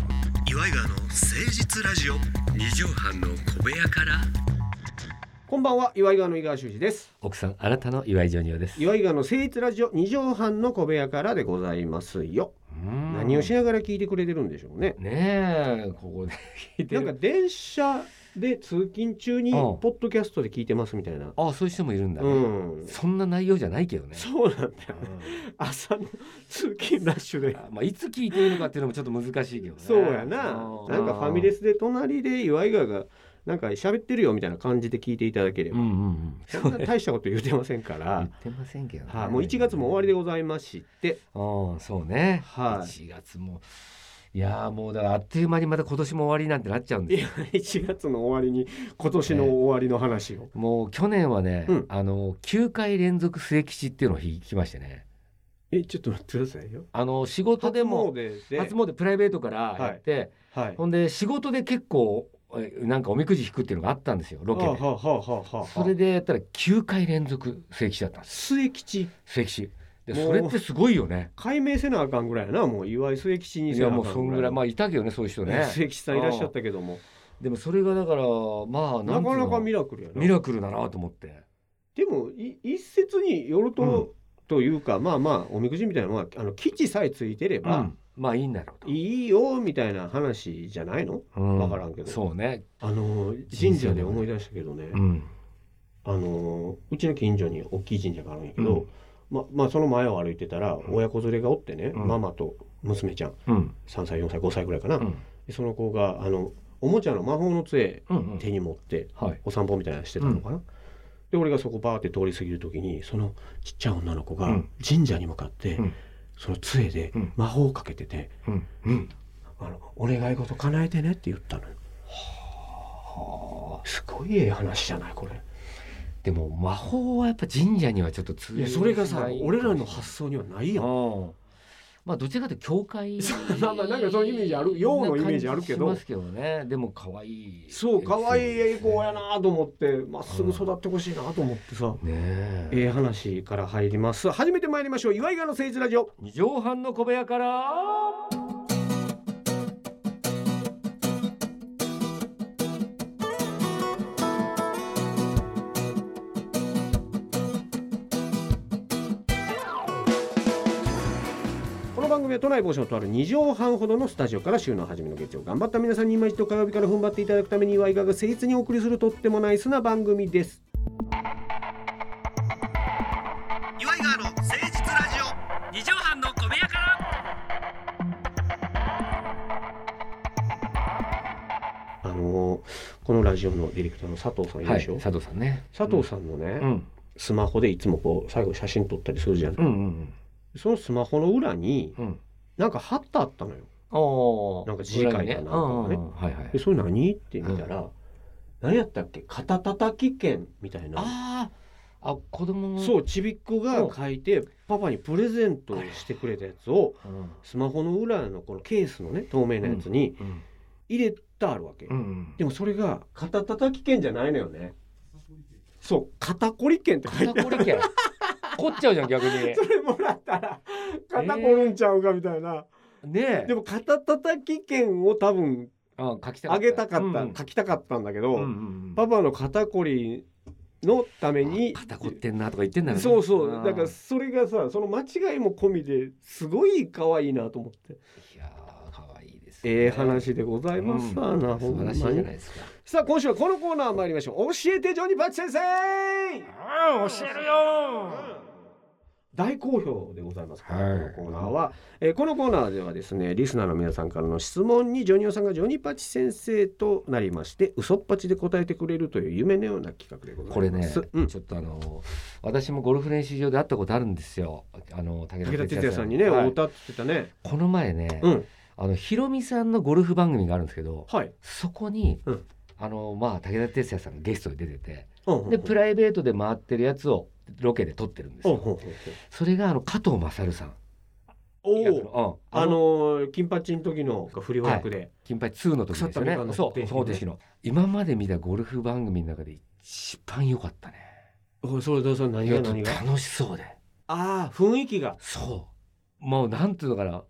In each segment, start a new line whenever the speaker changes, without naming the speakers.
イガーの誠実ラジオ
二畳半の小部屋から
こんばんは岩井川の井川修司です
奥さんあなたの岩井ジョニオです
岩井川の誠実ラジオ二畳半の小部屋からでございますよ、何をし
ね
ながら聞いてくれてるんでしょうね
えここで聞いて
な
る
んか電車で通勤中に
うん
ポッドキャストで聞いてますみたいな
あそういう人もいるんだね、
うん
そんな内容じゃないけどね
そうなんだよ朝の通勤ラッシュで
あまあいつ聞いていいのかっていうのもちょっと難しいけどね
そうやななんかファミレ
ス
スで隣で岩井川がなんか喋ってるよみたいな感じで聞いていただけれ
うん
ば、
うんうん
そんな大したこと言うてませんか
言
ら
ってませんけど、ね
はい、もう1月も終わりでございまして
うんそうね、
はい
1月もいやーもうだからあっという間にまた今年も終わりなんてなっちゃうん
い
ですよ
や1月 の終わりに今年の終わりの話を、
もう去年はね、
うん
あの9回連続末吉っていうのを引きましてね
えちょっと待ってくださいよ
あの仕事でも
初詣で
初詣プライベートからやって、
はい
ほんで仕事で結構えなんかおみくじ引くっていうのがあったんですよロケで、
はあはあはあはあはあ
それでやったら9回連続末吉だったんです
末吉
末吉で
もう
それってすごいよね
解明せなあかんぐらいやなもう岩井末吉に
い
せな
や
あかんぐら
もう
い
そんぐらいまあいたけどねそういう人ね
末吉さんいらっしゃったけども
でもそれがだからま
な
あ
ん
てい
か
うの
なかミラクルやな
ミラクルだなと思って
でもい一説によると、
うん
というかまあまあおみくじみたいなのはあの基地さえついてれば、
まあいいんだろうと
いいよみたいな話じゃないの
うん
わからんけど
そうね
あの
人
神
生
社
の
で思い出したけどね、
うん
あのうちの近所に大きい神社があるんやけど、
うん
ままあその前を歩いてたら親子連れがおってね、
うん
ママと娘ちゃん
うん
3歳4歳5歳ぐらいかな、
うん
でその子があのおもちゃの魔法の杖
うんうん
手に持って
はい
お散歩みたいなのしてたのかな、で俺がそこバーって通り過ぎる時にそのちっちゃい女の子
う
が
ん
神社に向かって、
うん
その杖で
うん
魔法をかけてて
うんうん
「あのお願い事叶えてね」って言ったのよ。すごいええ話じゃないこれ
でも魔法はやっぱ神社にはちょっと通
いや
用
それが
し
さ
ない
俺らの発想にはないやん
うんまあどちらかというと教会
そうまあまあなんかそういうイメージあるようのイメージあるけど
な感じしますけどねでも可愛い
そう可愛い栄光や
ね
なと思ってまっすぐ育ってほしいなと思ってさ、
え
ええ話から入ります初めて参りましょう岩井川の政治ラジオ
二畳半の小部屋から
この番組は都内某所のとある2畳半ほどのスタジオから週の初めの月曜頑張った皆さんに今一度火曜日から踏ん張っていただくために岩井川が誠実にお送りするとってもナイスな番組です
岩井川の誠実ラジオ二畳半の小部屋から
あのーこのラジオのディレクターの佐藤さんいる
は
で
い
しょ、
佐藤さんね
佐藤さんのね、
うん
スマホでいつもこう最後写真撮ったりするじゃん、
うんうん
そのスマホの裏に
うんうん
なんか貼ってあったのよ
おー
なんか字書いたな
裏に
とかね
うんうんうんはいはい
でそれ何って見たら、何やったっけ肩たたき券みたいな
あーあ子供の
そうちびっこが書いてパパにプレゼントしてくれたやつを
うん
スマホの裏のこのケースのね透明なやつに
うん
入れたあるわけ、
うんうん
でもそれが肩たたき券じゃないのよねそう肩こり券って書いてある
肩こり券凝っちゃうじゃん逆に
それもらったら肩こるんちゃうかみたいな、
ねえ
でも肩たたき券を多分
あ書きたか
あ
った
げたかった、
うんうん
書きたかったんだけど、
うんうんうん
パパの肩こりのために
肩こってんなとか言ってんだろね
そうそう
あー
だからそれがさその間違いも込みですごい可愛いなと思って
いやー可愛いですね、
ええ話でございますわな、
素
ほん
晴
ま
ら
に
しいじゃないですか
さあ今週はこのコーナー参りましょう教えてジョニーパッチ先生
あ
教える
よ
大好評でございます、
はい
このコーナーは、えーこのコーナーではですねリスナーの皆さんからの質問にジョニオさんがジョニパチ先生となりまして嘘っぱちで答えてくれるという夢のような企画でご
こ
ざ
れ
いま
ね
す、うん、
ちょっとあの私もゴルフ練習場で会ったことあるんですよあの武
武田鉄矢さんにね、
はい
お歌って言ってたね
この前ね、
うん
あのひろみさんのゴルフ番組があるんですけど
はい、
そこに、
うん
あのまあ武田鉄矢さんがゲストで出てて
うんうん、
でプライベートで回ってるやつをロケで撮ってるんです
うんう
よ
んうん
それがあの加藤勝さん
お
医学
お
のうん
あのー金八の時の不良役で、
金八2の時ですよ
腐ったみかん
ね。
の
そ
亭
う、
主
そう弟子の。今まで見たゴルフ番組の中で一番良かったね。
おいそれどうぞ何
い
が
や
何が
楽しそうで。
ああ雰囲気が
そう。もうなんていうのかな。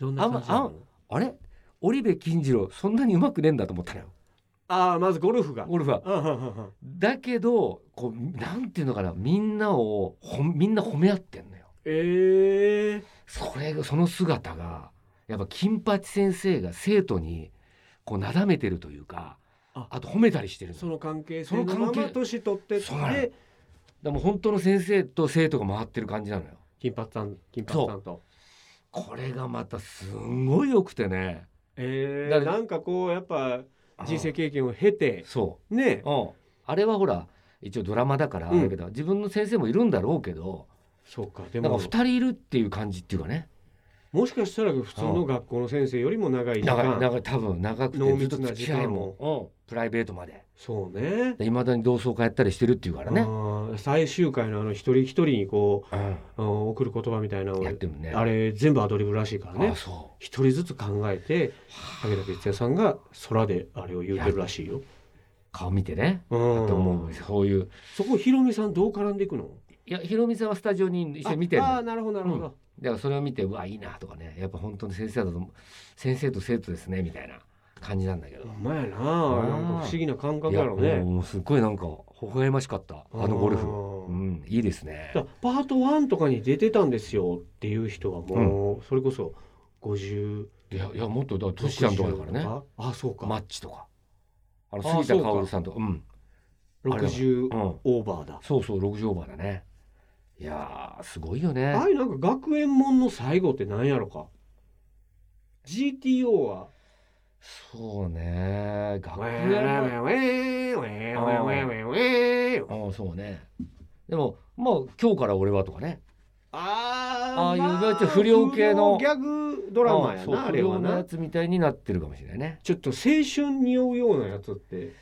どんな感じなの
あれ織部金次郎そんなにうまくねえんだと思ったのよ
ああまずゴルフが。
ゴルフは。
うんうんうんうん
だけどこうなんていうのかなみんなをほんみんな褒め合ってんのよ。
ええ
それがその姿がやっぱ金八先生が生徒にこうなだめてるというか
あ
あと褒めたりしてるの
そ
だか
の関係性の
その
ま
関係
ま年取ってっ
そうなの
て
らもう本当の先生と生徒が回ってる感じなのよ。
金髪さん金髪さんと。
これがまたすんごい良くてね
え
だ
え
から
なんかこうやっぱ人生経験を経て
そ
ね
う、うん、あれはほら一応ドラマだからあ
うん
れだけど、自分の先生もいるんだろうけど
そうかで
なんか
も
2人いるっていう感じっていうかね
もしかしたら普通の学校の先生よりも長い時
長い
間
長い多分長
濃
くてずっ
密
と
な
付き合いも
時、
うん、プライベートまで
そうね。
いまだに同窓会やったりしてるっていうからね、
あー最終回のあの一人一人にこ
うん
う、うん送る言葉みたいなのを
やってるね
あれ全部アドリブらしいから
あ
ね
そう
一人ずつ考えて武田鉄矢さんが空であれを言うてるらしいよ。
顔見てね、
うん
と思うそういう
そこひろみさんどう絡んでいくの
いやひろみさんはスタジオに一緒に見てる
ああー
だか
なるほどなるほど。
らそれを見てうわいいなとかねやっぱ本当に先生だと思う先生と生徒ですねみたいな感じなんだけど、
ほんまやななんか不思議な感
い
覚
や
やろね。
もうすっごいなんか微笑ましかったあのゴルフ
フ
うんいいですね
だパート1とかに出てたんですよっていう人はもう、それこそ50
いやいやもっとだからトシちゃんとかだからね
60あそうか、
マッチとかあの
あー
杉田香織さんとかうん、
60
うん、
オーバーだ
そうそう60オーバーだねいやーすごいよね
ああいうなんか学園門の最後って何やろか GTO は
そうね
「ウ
学
ェ
園
ーウェーウェーウェーウェーウェーウェーウェーウェー
ああそうねでもまあ今日から俺はとかね
あ
ああいう
ま
だって不良系の
不良ギャグドラマや
そう
なあ
不
れは
良のや
な
つみたいになってるかもしれないね
ちょっと青春に酔うようなやつって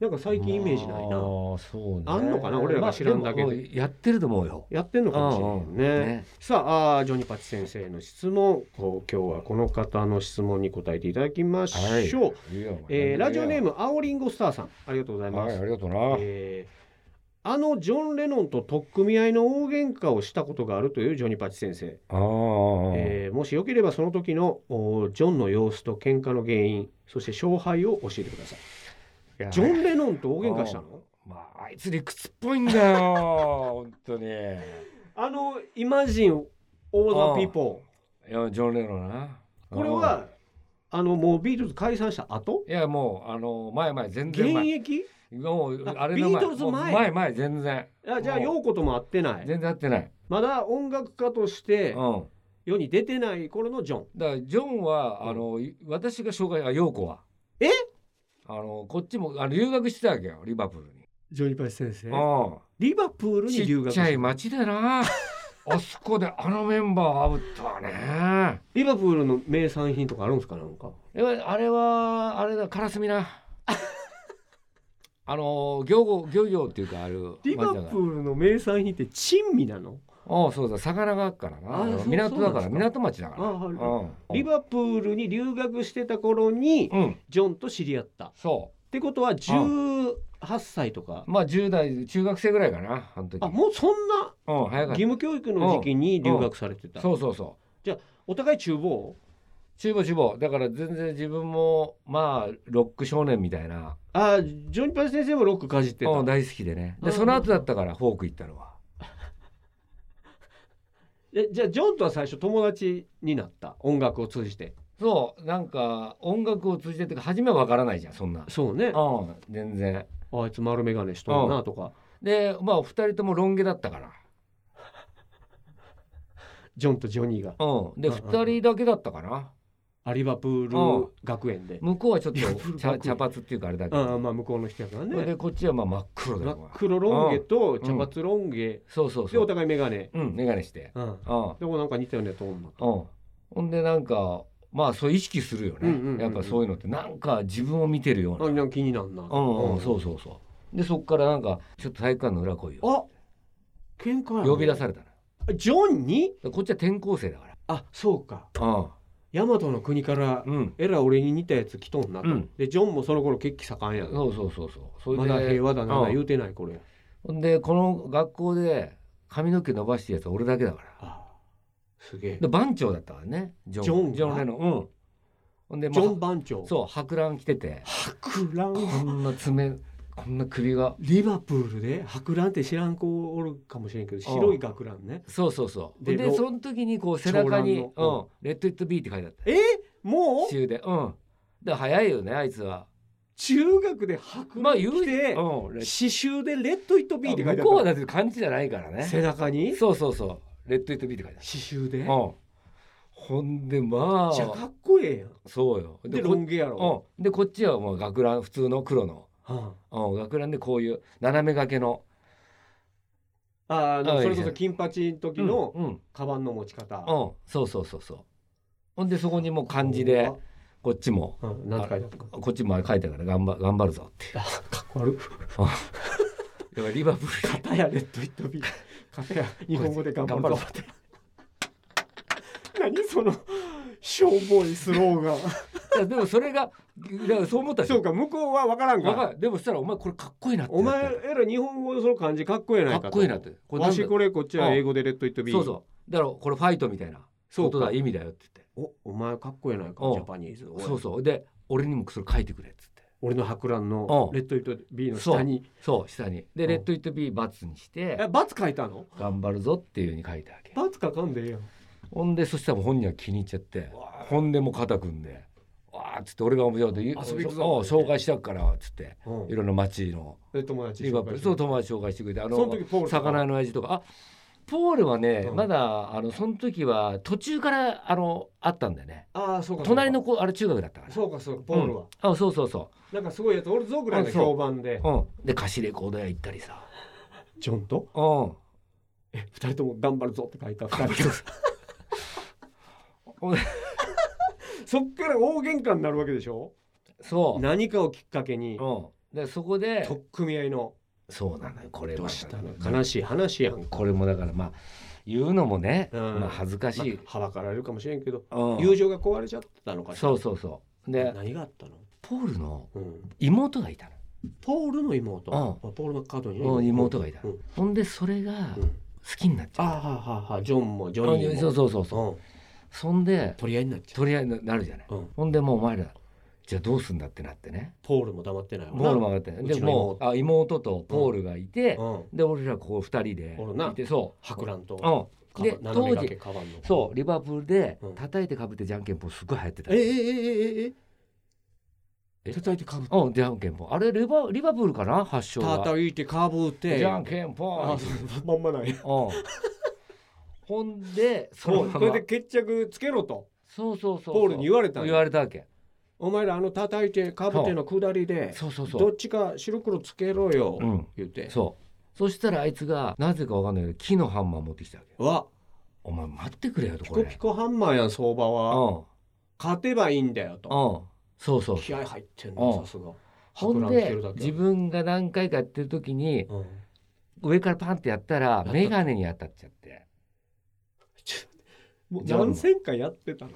なんか最近イメージないな、
まあそうね
あんのかな俺らが知らんだけで
まあでもやってると思うよ
やってんのかもしれへん
うん
ね
うんね
さああージョニパチ先生の質問こう今日はこの方の質問に答えていただきましょう、
いいよ
えーラジオネー
ム
ム青リンゴスターさんありがとうございま
はい
す、
ありがとうな、
えーあのジョン・レノンと取っ組み合いの大喧嘩をしたことがあるというジョニパチ先生、
あー、
えーもしよければその時のおージョンの様子と喧嘩の原因そして勝敗を教えてください
いや
ジョン・レノンと大喧嘩したの
まああいつ理屈っぽいんだ よ本当にい
あのイマジン・オー・ザ・ピーポ
やジョン・レノンな
ーこれはあのもうビートルズ解散した後
うんいやもうあの前前全
現
然前
役
もう
あ
あれの前
ビートルズ前
もう前前全然
あじゃあ
もう
陽子とも会ってない
全然合ってない
まだ音楽家として
うん
世に出てない頃のジョン
だからジョンは、
うん
あのい私が紹介あ陽子は
え
あのこっちもあの留学してたわけよリバプールに
ジョニーパチ先生
う
リバプール
ん
に留
ちっ
学
ちゃい
し
町だ なあそこであのメンバーを会うとはね
リバプールの名産品とかあるんですかなんか
やっぱりあれはあれだカラス ミなあの漁業漁業っていうかある
リバプ
町だから
ールの名産品って珍味なの
ああそうだ魚があっからな
あ
あの
そう
港だ
そう
から
なんです
港町だから
あある
うん
リバプールに留学してた頃に
うん
ジョンと知り合ったっ
そ
てことは18歳とか
うまあ10代中学生ぐらいかなあの時
あもうそんな
うん早かっ
義務教育の時期に留学されて
た
た
そうそうそう
お互い厨房
中部中部だから全然自分もまあロック少年みたいな
あジョニーパチ先生もロックかじってた
うん大好きでね
う
で
ん
その後だったからフォーク行ったのは
えじゃあジョンとは最初友達になった音楽を通じて
そうなんか音楽を通じてっていうか初めは分からないじゃんそんな
そうねあ
うん全然
いつ丸眼鏡しとるなとか
でまあ2人ともロン毛だったから
ジョンとジョニーが
うんで
うんうんうん
2人だけだったかな
アリバプー
うん
ル学園で
向こうはちょっと
いや古く
茶茶髪っていうかあれだけ
ああ
ど
まあ向こうの人やからね
でこっちはまあ真っ黒だ
真
よ
っ
お前
黒ロン毛と茶髪ロン毛
そうそう
で
そ
お
う
互い眼鏡
うん眼鏡して
うん
うん
でもなんか似たようなやつおんの
うん、ほんでなんかまあそう意識するよね、
うんうんうんうん
やっぱそういうのってなんか自分を見てるような、
あなんか気になんな
うんうんそううそうそうでそっからなんかちょっと体育館の裏来いよ
あ喧嘩やな
呼び出されたの
ジョンに
でこっちは転校生だか
あそうから大和の国から
うんうん
えらい俺に似たやつ来とんなと
うん
でジョンもその頃血気盛んやん
そうそうそうそうそれ
ま
で、
だ平和だな
うん
言うてないこれ
ほんでこの学校で髪の毛伸ばしてるやつは俺だけだから
あすげえ
で番長だったからねジョン
ジョンが
レノンうんほんで
ジ
ま
ョン
あ
番長。
そう博覧着てて
博覧。
こんな爪こんな首が
リバプールで博覧って知らん子おるかもしれんけど、白い学ランね。
そうそうそう
で
で
ロ
その時にこう背中に「う
長蘭の
ん、レッド・イット・ビー」って書いてあった
えもう
中でうんで早いよねあいつは
中学で博
まあ
覧
言う
着て、
うんレッ
刺繍でレッドイットビーって書いて
向
あ
こうは
っ
だって漢字じゃないから
た。
ね
背中に 刺
そうそうそうレッド・イット・ビーって書いてあった
繍で。
うんほんでま
じゃか
あ
っこええやん。
そうよ
で
で
ロ
こ
ン毛やろ。
うんでこっちはもう学ラン普通の黒の、
は
うん、学ランでこういう斜め掛けの
ああの
あ
それこ
いいじ
そ
ゃん
金八の時の
うん、うん
カバンの持ち方。
うん、そうそうそうそうほんでそこにもう漢字でこっちも
うん。なんて書いてあるか。
こっちも書いてあるから頑張頑張るぞって
あかっこ悪い。
だからリバプール
片やレッドイッ トビー。片や日本語で頑張るぞ
頑
って。 何そのしょぼいスローガン。
い やでもそれがだからそう思ったでし
そ
ょ
うか向こうは分からんか。
わからるでもそしたらお前これかっこいいなって
お前
なっ
えら日本語のその漢字かっこええ
た
ないか
か
と
っこいいなってこれな
わ
んだ
しこれこっちは英語でレッドイットビー。
そうそうだからこれファイトみたいな
そう
こ
か
とだ意味だよって言
おお前かっこええないか
うん
ジャパニーズ。お
っ
い
てそうそうで俺にもそれ書いてくれっつって
俺の博覧の
うん
レッドイットビーの下に。
そう下に
う
で
ん
レッド・イット・ビーバツにして
えバツ書いたの？
頑張るぞっていうふうに書いてあげる
バツ書かんでええやん。
ほんでそしたらもう本人は気に入っちゃってほんでもう肩組んで「わあ」っつって俺が面白いこと言う
遊び行くぞ
そうそう紹介してやっからっつっていろんな町の
で友達
リバプール
そ
そうう友達紹介してくれてあ
その時ポールとか
魚屋の親父とかあポールはね、
うん
まだあのその時は途中からあのあったんだよね
ああそうかそうか
隣の子あれ中学だったから
そうかそうかポールは、
うんあそうそうそ
なんかすごいやつおるぞぐらいの
あそう
評判で
う、うん、で貸しレコード屋行ったりさ
ジョンと
うん
え二人とも頑張るぞって書いた二人そっから大喧嘩になるわけでしょ
そう、
何かをきっかけに
うん、でそこで
取っ組み合いの
そうなのよこれ
どう
は
したの悲しい話やんか、
これもだからまあ言うのもね、
うん
まあ、恥ずか
ま
しい、
あはばかられるかもしれんけど、
うん
友情が壊れちゃったのかしら
そうそうそうで
何があったの、
ポールの
うん、
妹がいた
ポールの妹、
うん
あポールのカードにね、
の、うん、妹がいた
う
の、
ん
ほんでそれが
う
好
ん
きになっち
あー
ゃ
は
っ
ーはーはージョンもジ
た、
ョニーも
そうそうそうそう、
うん
そんで
取り合いになっちゃう
取り合いになるじゃない、
うん
ほんでもうお前らじゃあどうすんだってなってね
ポールも黙ってないわな
ポールも上がって
う
で
ちの
も
妹
うあ妹とポールがいて、
うん、
で俺らこう二人で
おるない
てそう
博覧と、
うんで
かば斜め
当
掛け
時
カバンの
そうリバプールで
うん
叩いてかぶってじゃんけんぽんすごい流行ってた
ええええええ
え
叩いてかぶって
うんじゃんけんぽんあれリバリバプールかな発祥が
叩いてかぶって
じゃんけんぽん
あ
うん
そうまんまない
ほんでその
そう
ま
こ
ま
れで決着つけろと
そうそうそう
ポールに言われたんや
言われたわけ
お前らあの叩いてかぶってのくだりで
そうそうそ
ど
う
っちか白黒つけろよ、
うん
言って
そうそしたらあいつがなぜかわかんないけど木のハンマー持ってきたわけ
わ
お前待ってくれよと
ピ
これ
コピコハンマーやん相場は勝てばいうんだよ
う
と
んうんそうそう
気合入ってん
う
の
ん
さすが
ほ
博
ん
覧着て
で
るだけ
自分が何回かやってる時に
うん
上からパンってやったら
た
眼鏡に当たっちゃって
ちょもう
じゃあ
何千回やってたの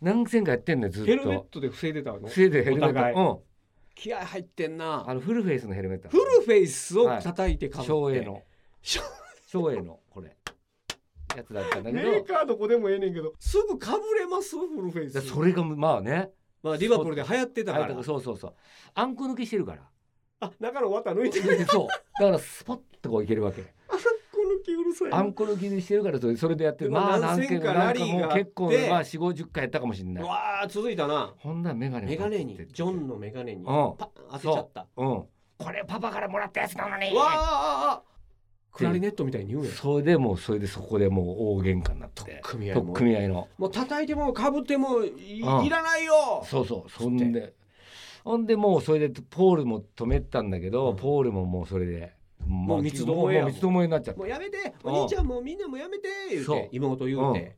何千かやってんのよずっと
ヘルメットで防いでたの
せいでヘル
お
メ
互
ッ
い
ト、
気合入ってん
うん、
な
あのフルフェイスのヘルメット
フルフェイスを叩いてかぶって、
昭英 の
しょ
昭英のこれやつだったんだけ
メ
ど
ーカーどこでもええねんけどすぐかぶれますフルフェイ
だ
ス
それがまあね
まあリバプールで流行ってたか
あれ
ら
だそうそうそうあんこ抜きしてるから
あ中の綿抜いてる
そうだからスポッとこういけるわけ
あんこ抜きうるさい
あ
なん
こ抜きしてるからそれそれでやって
でも
まあ
何
何
千
件
か
か
ラ
なん
リ
か
ー
も
があ
う
って
結構ねまあ4 5 0回やったかもしれな
う
い
わー続いたな
ほんならメガネ
メガネにジョンのメガネに
ん
パン当てちゃったわ
うんこれパパからもらったやつなのに
ーあああクラリネットみたいに言うやん
それでもうそれでそこでもう大喧嘩になって
取っ組み合いも
取っ組み合いの
もう叩いてもかぶってもい
うん
いらないよ
そうそうそんでほんでもうそれでポールも止めたんだけど、
うん
ポールももうそれでも
もう三つどもえや
もう三つどもえになっちゃっ
も
た
うやめて
うん
お兄ちゃんもみんなもやめて言う
そう
て妹言うて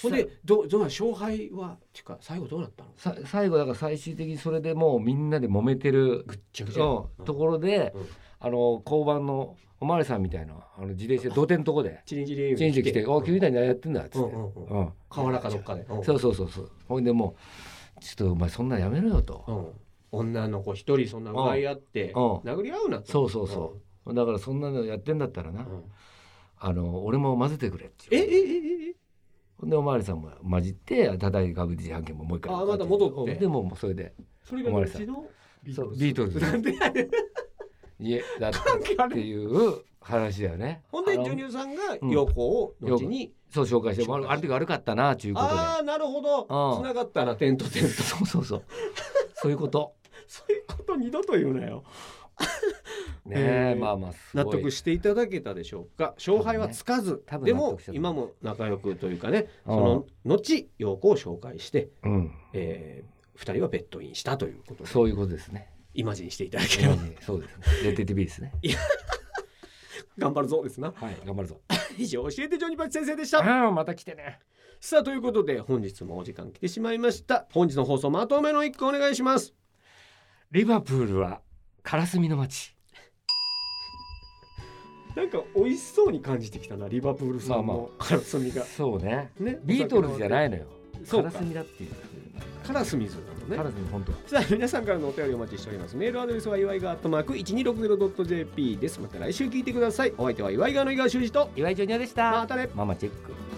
ほんでどどうなん勝敗はっていうか最後どうなったの
さ最後だから最終的にそれでもうみんなで揉めてる、
ぐっちゃ
う
ぐ
ん、
ちゃ
ところで、
うん
あの交番のおまわりさんみたいなあの自転車土手のとこで
チリチリ
チェンジ来て「お君みたいにやってんだ」っつ
う
っ
ん
て、
う
うん
んうん河原かどっかでうん
そうそうそうそうほんでもう「ちょっとお前そんなんやめろよ」と、
うん女の子一人そんな奪い合って
うん
殴り合うなと
そうそうそう、だからそんなのやってんだったらな、
うん
あの俺も混ぜてくれって
え
いう
ええええ
でおまわりさんも混じって叩いて株式案件ももう一回
あまた戻って
でももうそれで
それがうちのビ
そうビートルズ
なんでやねん
いえだったっていう話だ よね
ほんで
あの
ジョニオさんが陽光を後に、
そう紹介してもあのあの時悪かったなっていうことで
ああなるほど
うん
繋がったら点と点と
そうそうそうそういうこと
そういうこと二度と言うなよ
ね
え
え
ー
まあまあすごい
納得していただけたでしょうか勝敗はつかず、
多分ね
で
多分納
も
得したと
今
思
も仲良くというかね
うん
その後陽光を紹介して、
うん
えー、2人はベッドインしたということで
そういうことですね
イマジンしていただければ
そうですね。レッテ TV ですね。
頑張るぞですな
はい、頑張るぞ。
以上教えてジョニパチ先生でした
ああ、また来てね。
さあということで本日もお時間来てしまいました本日の放送まとめの一個お願いします
リバプールはカラスミの街。
なんか美味しそうに感じてきたなリバプールさん
まあま
のカラスミが、
そうね。
ね
ビートルズじゃないいのよ。
そう
カ
か
ラスミだっていう。
カラスミズなのね
カラスミ本当。
さあ皆さんからのお便りお待ちしておりますメールアドレスは祝いがアットマーク 1260.jp ですまた来週聞いてくださいお相手は祝いがの井川修司と
岩井ジョニオでした。
またね
ママチェック。